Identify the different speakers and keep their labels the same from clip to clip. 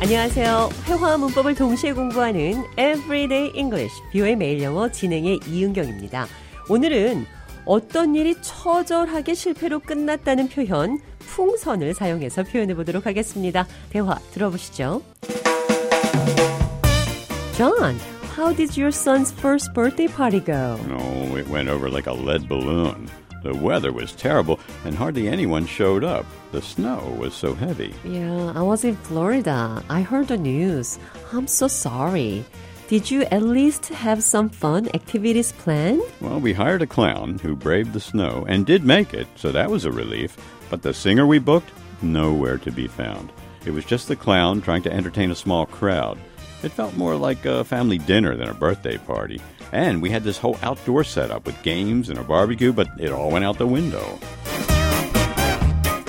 Speaker 1: 안녕하세요. 회화와 문법을 동시에 공부하는 Everyday English, 뷰의 매일 영어 진행의 이은경입니다. 오늘은 어떤 일이 처절하게 실패로 끝났다는 표현, 풍선을 사용해서 표현해 보도록 하겠습니다. 대화 들어보시죠. John, how did your son's first birthday party go?
Speaker 2: No, it went over like a lead balloon. The weather was terrible, and hardly anyone showed up. The snow was so heavy.
Speaker 1: Yeah, I was in Florida. I heard the news. I'm so sorry. Did you at least have some fun activities planned?
Speaker 2: Well, we hired a clown who braved the snow and did make it, so that was a relief. But the singer we booked, nowhere to be found. It was just the clown trying to entertain a small crowd. It felt more like a family dinner than a birthday party. And we had this whole outdoor setup with games and a barbecue, but it all went out the window.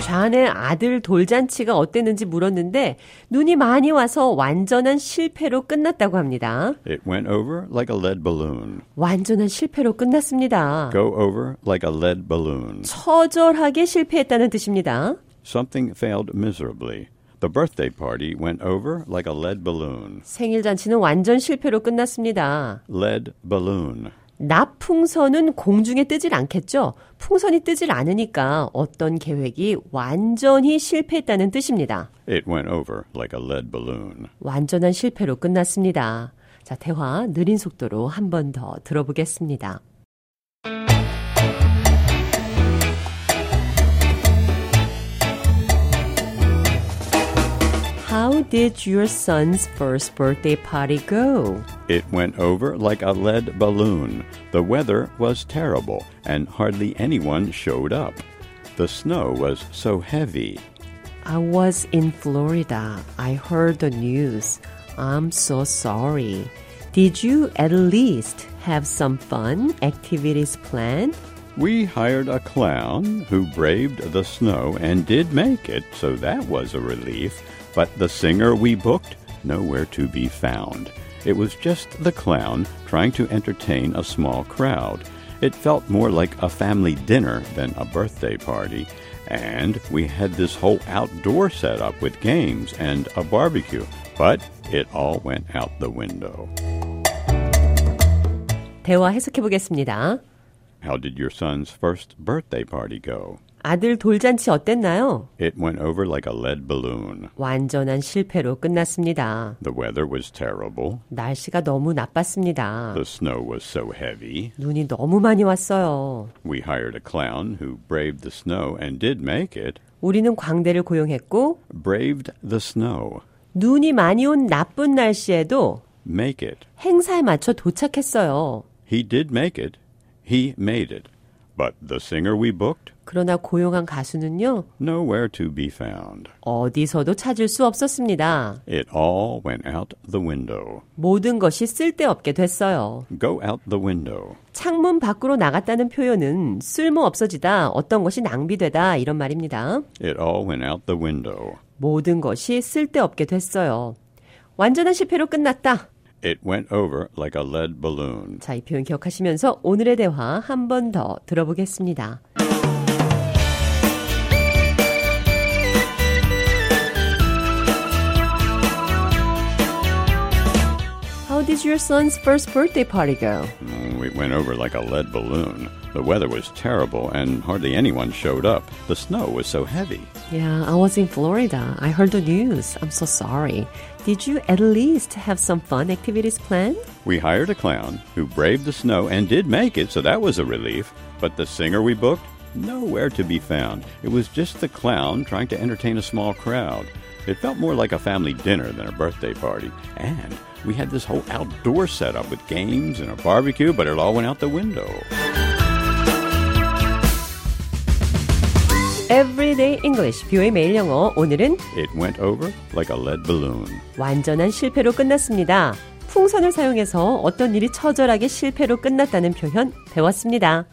Speaker 1: 좌의 아들 돌잔치가 어땠는지 물었는데 눈이 많이 와서 완전한 실패로 끝났다고 합니다.
Speaker 2: It went over like a lead balloon.
Speaker 1: 완전한 실패로 끝났습니다.
Speaker 2: Go over like a lead balloon.
Speaker 1: 처절하게 실패했다는 뜻입니다.
Speaker 2: Something failed miserably. The birthday party went over like a lead balloon.
Speaker 1: 생일 잔치는 완전 실패로 끝났습니다.
Speaker 2: Lead balloon.
Speaker 1: 납풍선은 공중에 뜨질 않겠죠? 풍선이 뜨질 않으니까 어떤 계획이 완전히 실패했다는 뜻입니다.
Speaker 2: It went over like a lead balloon.
Speaker 1: 완전한 실패로 끝났습니다. 자, 대화 느린 속도로 한 번 더 들어보겠습니다. How did your son's first birthday party go?
Speaker 2: It went over like a lead balloon. The weather was terrible, and hardly anyone showed up. The snow was so heavy.
Speaker 1: I was in Florida. I heard the news. I'm so sorry. Did you at least have some fun activities planned?
Speaker 2: We hired a clown who braved the snow and did make it, so that was a relief. But the singer we booked, nowhere to be found. It was just the clown trying to entertain a small crowd. It felt more like a family dinner than a birthday party. And we had this whole outdoor setup with games and a barbecue, but it all went out the window.
Speaker 1: 대화 해석해 보겠습니다.
Speaker 2: How did your son's first birthday party go?
Speaker 1: 아들 돌잔치 어땠나요?
Speaker 2: It went over like a lead balloon.
Speaker 1: 완전한 실패로 끝났습니다.
Speaker 2: The weather was terrible.
Speaker 1: 날씨가 너무 나빴습니다.
Speaker 2: The snow was so heavy.
Speaker 1: 눈이 너무 많이 왔어요.
Speaker 2: We hired a clown who braved the snow and did make it.
Speaker 1: 우리는 광대를 고용했고
Speaker 2: Braved the snow.
Speaker 1: 눈이 많이 온 나쁜 날씨에도
Speaker 2: Make it.
Speaker 1: 행사에 맞춰 도착했어요.
Speaker 2: He did make it. He made it. But the singer we booked,
Speaker 1: 그러나 고용한 가수는요,
Speaker 2: nowhere to be found.
Speaker 1: 어디서도 찾을 수 없었습니다.
Speaker 2: It all went out the window.
Speaker 1: 모든 것이 쓸데없게 됐어요.
Speaker 2: Go out the window.
Speaker 1: 창문 밖으로 나갔다는 표현은 쓸모 없어지다, 어떤 것이 낭비되다, 이런 말입니다.
Speaker 2: It all went out the window.
Speaker 1: 모든 것이 쓸데없게 됐어요. 완전한 실패로 끝났다.
Speaker 2: It went over like a lead balloon.
Speaker 1: 자, 이 표현 기억하시면서 오늘의 대화 한 번 더 들어보겠습니다. How did your son's first birthday party go?
Speaker 2: We went over like a lead balloon. The weather was terrible, and hardly anyone showed up. The snow was so heavy.
Speaker 1: Yeah, I was in Florida. I heard the news. I'm so sorry. Did you at least have some fun activities planned?
Speaker 2: We hired a clown who braved the snow and did make it, so that was a relief. But the singer we booked, nowhere to be found. It was just the clown trying to entertain a small crowd. It felt more like a family dinner than a birthday party. And we had this whole outdoor setup with games and a barbecue, but it all went out the window.
Speaker 1: Everyday English, 뷰의 매일 영어. 오늘은
Speaker 2: It went over like a lead balloon.
Speaker 1: 완전한 실패로 끝났습니다. 풍선을 사용해서 어떤 일이 처절하게 실패로 끝났다는 표현 배웠습니다.